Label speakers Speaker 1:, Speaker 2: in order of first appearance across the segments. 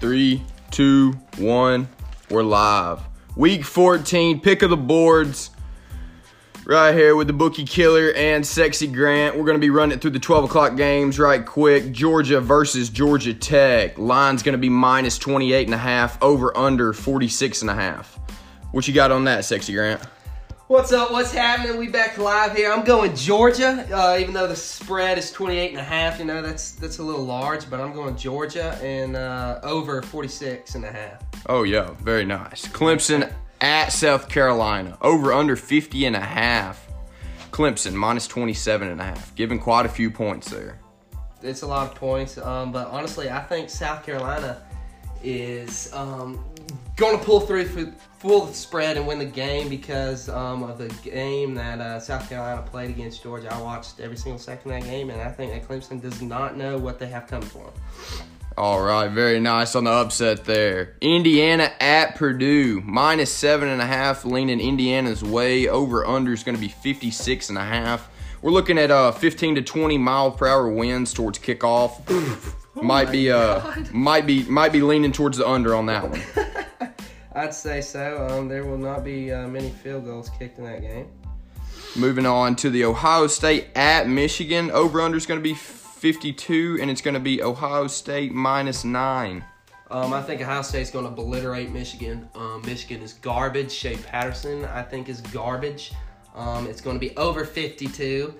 Speaker 1: Three, two, one. We're live. Week 14, pick of the boards. Right here with the bookie killer and sexy Grant. We're going to be running through the 12 o'clock games right quick. Georgia versus Georgia Tech. Line's going to be minus 28 and a half, over under 46 and a half. What you got on that, sexy Grant?
Speaker 2: What's up? What's happening? We back live here. I'm going Georgia, uh, even though the spread is 28 and a half. You know, that's that's a little large, but I'm going Georgia and uh, over 46 and a half.
Speaker 1: Oh, yeah, very nice. Clemson at South Carolina, over under 50 and a half. Clemson minus 27 and a half, giving quite a few points there.
Speaker 2: It's a lot of points, um, but honestly, I think South Carolina is um, going to pull through for full spread and win the game because um, of the game that uh, South Carolina played against Georgia. I watched every single second of that game, and I think that Clemson does not know what they have coming for them.
Speaker 1: All right, very nice on the upset there. Indiana at Purdue, minus seven and a half, leaning Indiana's way. Over under is going to be 56 and a half. We're looking at uh, 15 to 20 mile per hour winds towards kickoff. might be uh, might be might be leaning towards the under on that one.
Speaker 2: I'd say so. Um, there will not be uh, many field goals kicked in that game.
Speaker 1: Moving on to the Ohio State at Michigan. Over under is going to be 52, and it's going to be Ohio State minus nine.
Speaker 2: Um, I think Ohio State's going to obliterate Michigan. Um, Michigan is garbage. Shea Patterson, I think, is garbage. Um, it's going to be over 52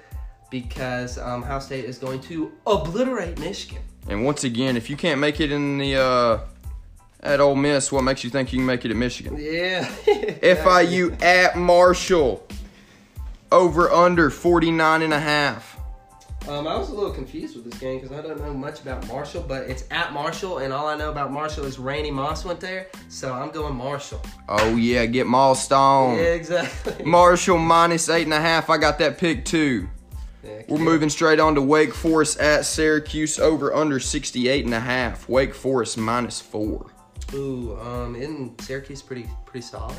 Speaker 2: because um, Ohio State is going to obliterate Michigan.
Speaker 1: And once again, if you can't make it in the uh, at Ole Miss, what makes you think you can make it at Michigan?
Speaker 2: Yeah.
Speaker 1: FIU at Marshall. Over under 49 and a half.
Speaker 2: Um, I was a little confused with this game because I don't know much about Marshall, but it's at Marshall, and all I know about Marshall is Randy Moss went there, so I'm going Marshall.
Speaker 1: Oh yeah, get Maul Stone.
Speaker 2: Yeah, exactly.
Speaker 1: Marshall minus eight and a half. I got that pick too.
Speaker 2: Yeah,
Speaker 1: We're moving straight on to Wake Forest at Syracuse over under 68 and a half. Wake Forest minus four.
Speaker 2: Ooh, um, isn't Syracuse pretty pretty solid?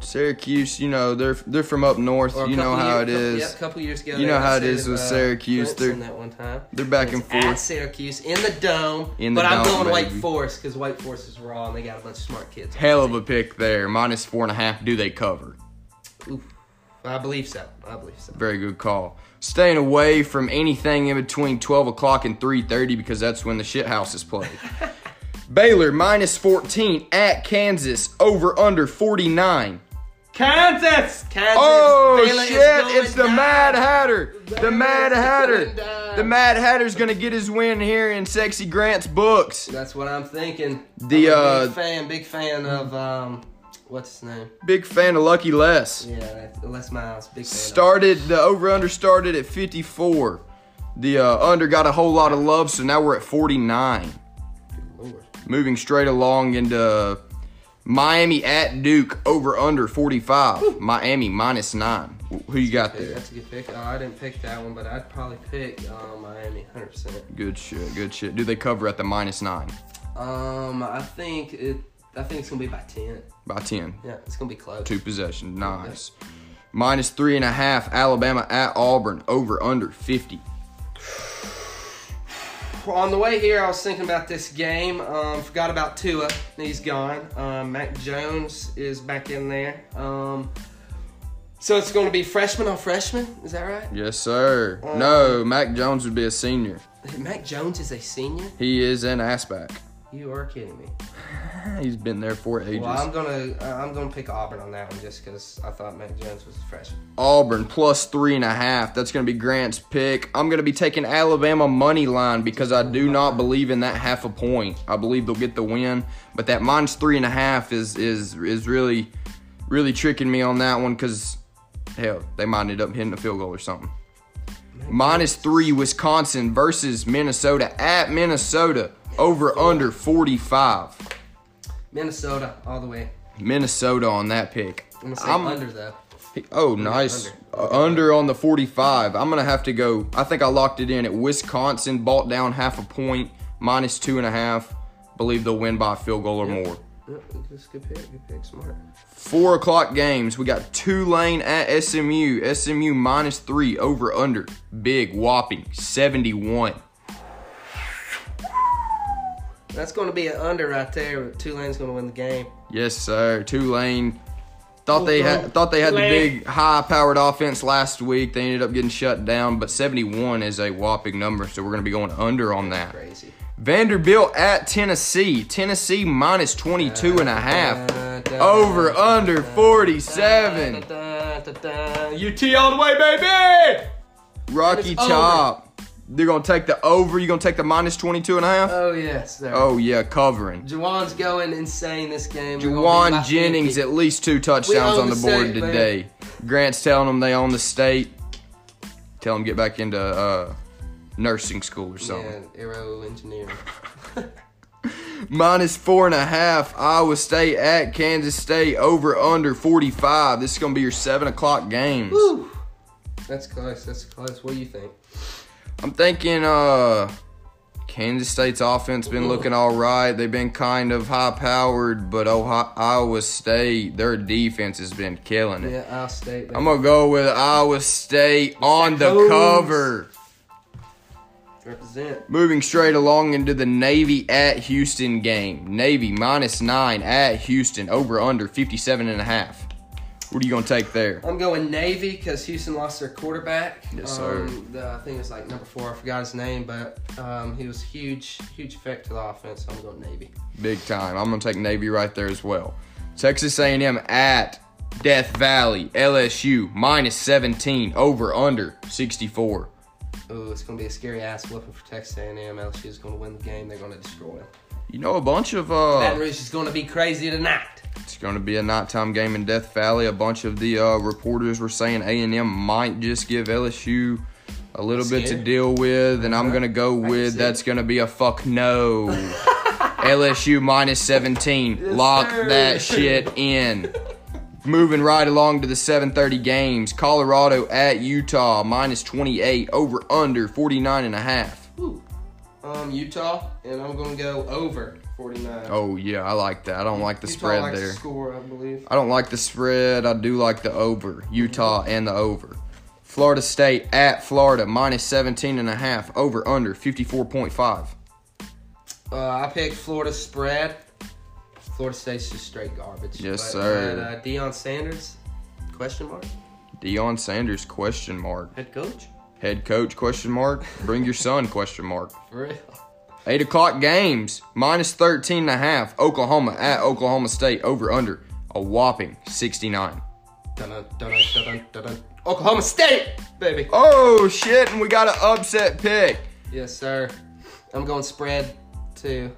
Speaker 1: Syracuse, you know, they're they're from up north.
Speaker 2: Or a
Speaker 1: You know
Speaker 2: couple
Speaker 1: how
Speaker 2: year-
Speaker 1: it
Speaker 2: couple-
Speaker 1: is.
Speaker 2: Yep, a couple years ago.
Speaker 1: You
Speaker 2: they
Speaker 1: know how it
Speaker 2: upset,
Speaker 1: is with
Speaker 2: uh,
Speaker 1: Syracuse. They're-
Speaker 2: Clemson that one time.
Speaker 1: They're back and
Speaker 2: It's At
Speaker 1: forth.
Speaker 2: Syracuse in the dome.
Speaker 1: In the
Speaker 2: but I'm
Speaker 1: dome,
Speaker 2: going
Speaker 1: baby.
Speaker 2: Wake Forest because Wake Forest is raw and they got a bunch of smart kids.
Speaker 1: Hell of a pick there. Minus four and a half. Do they cover?
Speaker 2: Oof. I believe so. I believe so.
Speaker 1: Very good call. Staying away from anything in between 12 o'clock and 3:30 because that's when the shit house is played. Baylor minus 14 at Kansas over under 49.
Speaker 2: Kansas. Kansas.
Speaker 1: Oh
Speaker 2: Baylor is
Speaker 1: shit!
Speaker 2: going
Speaker 1: It's the
Speaker 2: down.
Speaker 1: Mad Hatter. The
Speaker 2: Baylor
Speaker 1: Mad
Speaker 2: is
Speaker 1: Hatter.
Speaker 2: going down.
Speaker 1: The Mad Hatter's gonna get his win here in Sexy Grant's books.
Speaker 2: That's what I'm thinking.
Speaker 1: The,
Speaker 2: I'm a
Speaker 1: uh,
Speaker 2: big fan, big fan of um, what's his name?
Speaker 1: Big fan of Lucky Les.
Speaker 2: Yeah, that's- Les Miles. Big fan. of-
Speaker 1: Started the over under started at 54. The uh, under got a whole lot of love, so now we're at 49.
Speaker 2: Lord.
Speaker 1: Moving straight along into Miami at Duke over under 45. Miami minus nine. Wh- Who you got
Speaker 2: Pick.
Speaker 1: there?
Speaker 2: That's a good pick. Uh, I didn't pick that one, but I'd probably pick uh, Miami 100. percent
Speaker 1: Good shit. Good shit. Do they cover at the minus nine
Speaker 2: Um, I think it. I think it's gonna be by 10.
Speaker 1: by 10?
Speaker 2: Yeah, it's gonna be close.
Speaker 1: Two possessions. Nice. Minus three and a half. Alabama at Auburn. Over under 50.
Speaker 2: On the way here, I was thinking about this game. Um, forgot about Tua. He's gone. Um, Mac Jones is back in there. Um, so it's gonna be freshman on freshman. Is that right?
Speaker 1: Yes, sir.
Speaker 2: Uh.
Speaker 1: No, Mac Jones would be a senior.
Speaker 2: Mac Jones is a senior.
Speaker 1: He is an assback.
Speaker 2: You are kidding me.
Speaker 1: He's been there for ages.
Speaker 2: Well, I'm gonna uh, I'm gonna pick Auburn on that one just because I thought Mac Jones was a freshman.
Speaker 1: Auburn plus three and a half. That's going to be Grant's pick. I'm going to be taking Alabama money line because I do not believe in that half a point. I believe they'll get the win, but that minus three and a half is is is really really tricking me on that one because hell, they might end up hitting a field goal or something. Minus three, Wisconsin versus Minnesota at Minnesota. Over under 45.
Speaker 2: Minnesota all the way.
Speaker 1: Minnesota on that pick.
Speaker 2: I'm gonna say
Speaker 1: I'm-
Speaker 2: under though.
Speaker 1: Oh, nice. Under. under on the 45. I'm going to have to go. I think I locked it in at Wisconsin, bought down half a point, minus two and a half. Believe they'll win by a field goal or more.
Speaker 2: Yep, That's a good pick. Good pick. Smart.
Speaker 1: Four o'clock games. We got Tulane at SMU. SMU minus three over under. Big whopping 71.
Speaker 2: That's going to be an under right there. But Tulane's going to win the game.
Speaker 1: Yes, sir. Tulane thought they
Speaker 2: Tulane.
Speaker 1: had thought they had the
Speaker 2: Tulane.
Speaker 1: big high-powered offense last week. They ended up getting shut down, but 71 is a whopping number, so we're going to be going under on that.
Speaker 2: Crazy.
Speaker 1: Vanderbilt at Tennessee. Tennessee minus 22 and a half. Over under 47.
Speaker 2: UT all the way, baby!
Speaker 1: Rocky
Speaker 2: It's over.
Speaker 1: Chop. They're going to take the over. You're going to take the minus 22 and a half?
Speaker 2: Oh yes, there.
Speaker 1: Oh, yeah, covering.
Speaker 2: Juwan's going insane this game. We're gonna beat by
Speaker 1: Juwan
Speaker 2: 50.
Speaker 1: Jennings, at least two
Speaker 2: We
Speaker 1: touchdowns
Speaker 2: own
Speaker 1: on the
Speaker 2: the
Speaker 1: board
Speaker 2: state, man.
Speaker 1: today. Grant's telling them they own the state. Tell them get back into uh, nursing school or something.
Speaker 2: Yeah, aero engineering.
Speaker 1: Minus four and a half. Iowa State at Kansas State. Over under 45. This is going to be your seven o'clock games.
Speaker 2: Woo! That's close. That's close. What do you think?
Speaker 1: I'm thinking uh Kansas State's offense been looking all right. They've been kind of high powered, but Ohio- Iowa State, their defense has been killing it.
Speaker 2: Yeah, Iowa State.
Speaker 1: I'm gonna go with Iowa State on the
Speaker 2: Goes.
Speaker 1: cover.
Speaker 2: represent.
Speaker 1: Moving straight along into the Navy at Houston game. Navy minus nine at Houston, over under 57 and a half. What are you gonna take there?
Speaker 2: I'm going Navy because Houston lost their quarterback.
Speaker 1: Yes, sir.
Speaker 2: Um, the, I think it was like number four. I forgot his name, but um, he was huge, huge effect to the offense. So I'm going Navy.
Speaker 1: Big time. I'm gonna take Navy right there as well. Texas A&M at Death Valley, LSU minus 17 over under 64.
Speaker 2: Ooh, it's going to be a scary ass whooping for Texas A&M. LSU is going to win the game. They're going to destroy them.
Speaker 1: You know a bunch of
Speaker 2: Baton
Speaker 1: uh,
Speaker 2: Rouge is going to be crazy tonight.
Speaker 1: it's gonna be a nighttime game in Death Valley. A bunch of the uh, reporters were saying A&M might just give LSU a little bit to
Speaker 2: Scared. Uh-huh.
Speaker 1: deal with, and I'm gonna go
Speaker 2: can
Speaker 1: with
Speaker 2: see
Speaker 1: that's gonna be a fuck no. LSU minus 17. Lock
Speaker 2: sir.
Speaker 1: that shit in. Moving right along to the 7:30 games. Colorado at Utah minus 28 over under 49 and a half.
Speaker 2: Ooh. Um, Utah, and I'm going to go over 49.
Speaker 1: Oh yeah, I like that. I don't like the
Speaker 2: Utah
Speaker 1: spread
Speaker 2: likes
Speaker 1: there.
Speaker 2: To score, I believe.
Speaker 1: I don't like the spread. I do like the over. Utah and the over. Florida State at Florida minus 17 and a half over under 54.5.
Speaker 2: Uh, I picked Florida spread. Florida State's just straight garbage.
Speaker 1: Yes,
Speaker 2: but,
Speaker 1: sir.
Speaker 2: And, uh, Deion Sanders? Question mark.
Speaker 1: Deion Sanders question mark.
Speaker 2: Head coach.
Speaker 1: Head coach question mark. Bring your son question mark.
Speaker 2: For real.
Speaker 1: Eight o'clock games, minus 13 and a half. Oklahoma at Oklahoma State, over under a whopping 69.
Speaker 2: Dun, dun, dun, dun, dun, dun, dun. Oklahoma State, baby.
Speaker 1: Oh shit, and we got an upset pick.
Speaker 2: Yes, sir. I'm going spread to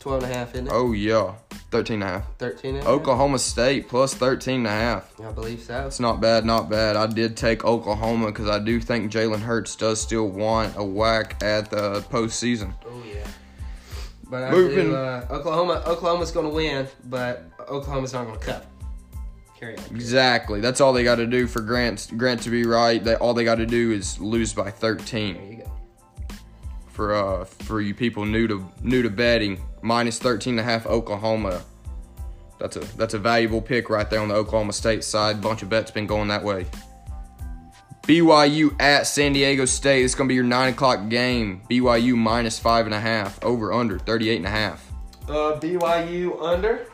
Speaker 2: 12 and a half, isn't it?
Speaker 1: Oh yeah, 13 and a half.
Speaker 2: 13 and a half?
Speaker 1: Oklahoma State plus 13 and a half.
Speaker 2: I believe so.
Speaker 1: It's not bad, not bad. I did take Oklahoma because I do think Jalen Hurts does still want a whack at the postseason.
Speaker 2: Oh, yeah. But I
Speaker 1: Moving-
Speaker 2: do, uh, Oklahoma, Oklahoma's going to win, but Oklahoma's not going to cover. Carry on.
Speaker 1: Exactly. That's all they got to do for Grant. Grant to be right. They, all they got to do is lose by 13.
Speaker 2: There you go.
Speaker 1: for uh for you people new to new to betting minus 13 and a half oklahoma that's a that's a valuable pick right there on the oklahoma state side bunch of bets been going that way byu at san diego state it's gonna be your nine o'clock game byu minus five and a half over under 38 and a half
Speaker 2: Uh, BYU under.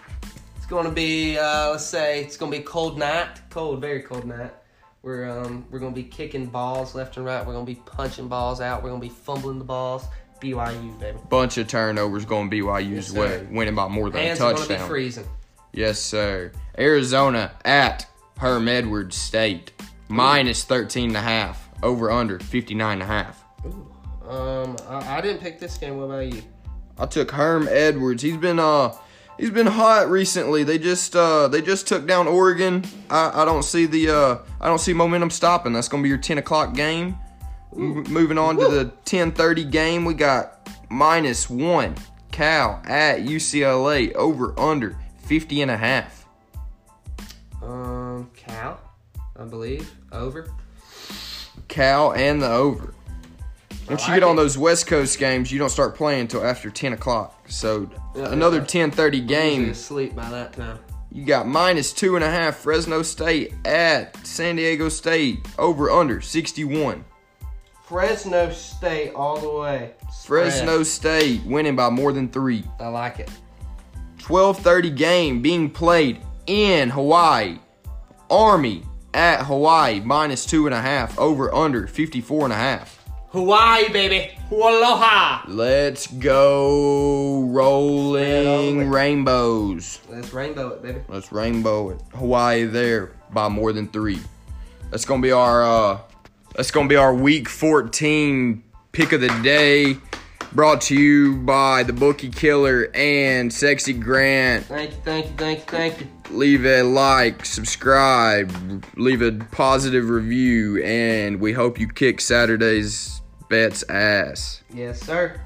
Speaker 2: It's going to be, uh, let's say, it's going to be a cold night. Cold, very cold night. We're um, we're going to be kicking balls left and right. We're going to be punching balls out. We're going to be fumbling the balls. BYU, baby.
Speaker 1: bunch of turnovers going byu's
Speaker 2: Yes,
Speaker 1: way
Speaker 2: sir.
Speaker 1: winning by more than
Speaker 2: Hands
Speaker 1: a
Speaker 2: are going to be
Speaker 1: touchdown
Speaker 2: freezing.
Speaker 1: yes sir arizona at herm edwards state minus 13 and a half over under 59 and a half
Speaker 2: Um, I, I didn't pick this game. What about you?
Speaker 1: I took Herm Edwards. He's been uh he's been hot recently. They just uh they just took down Oregon. I, I don't see the uh I don't see momentum stopping. That's gonna be your ten o'clock game. M- moving on to the ten thirty game, we got minus one Cal at UCLA over under 50 and a half.
Speaker 2: Um, Cal, I believe. Over.
Speaker 1: Cal and the over. Once you
Speaker 2: I
Speaker 1: get on
Speaker 2: think-
Speaker 1: those West Coast games, you don't start playing until after ten o'clock. So
Speaker 2: Yeah,
Speaker 1: another
Speaker 2: yeah.
Speaker 1: ten thirty game.
Speaker 2: Usually asleep by that time.
Speaker 1: You got minus two and a half Fresno State at San Diego State over under 61.
Speaker 2: Fresno State all the way. Spread.
Speaker 1: Fresno State winning by more than three.
Speaker 2: I like it.
Speaker 1: 12:30 game being played in Hawaii. Army at Hawaii minus two and a half over under 54 and a half.
Speaker 2: Hawaii, baby. Aloha.
Speaker 1: Let's go rolling rainbows.
Speaker 2: Let's rainbow it, baby.
Speaker 1: Let's rainbow it. Hawaii there by more than three. That's gonna be our uh that's gonna be our week 14 pick of the day. Brought to you by the Bookie Killer and Sexy Grant.
Speaker 2: Thank you, thank you, thank you, thank you.
Speaker 1: Leave a like, subscribe, leave a positive review, and we hope you kick Saturday's bets ass.
Speaker 2: Yes, sir.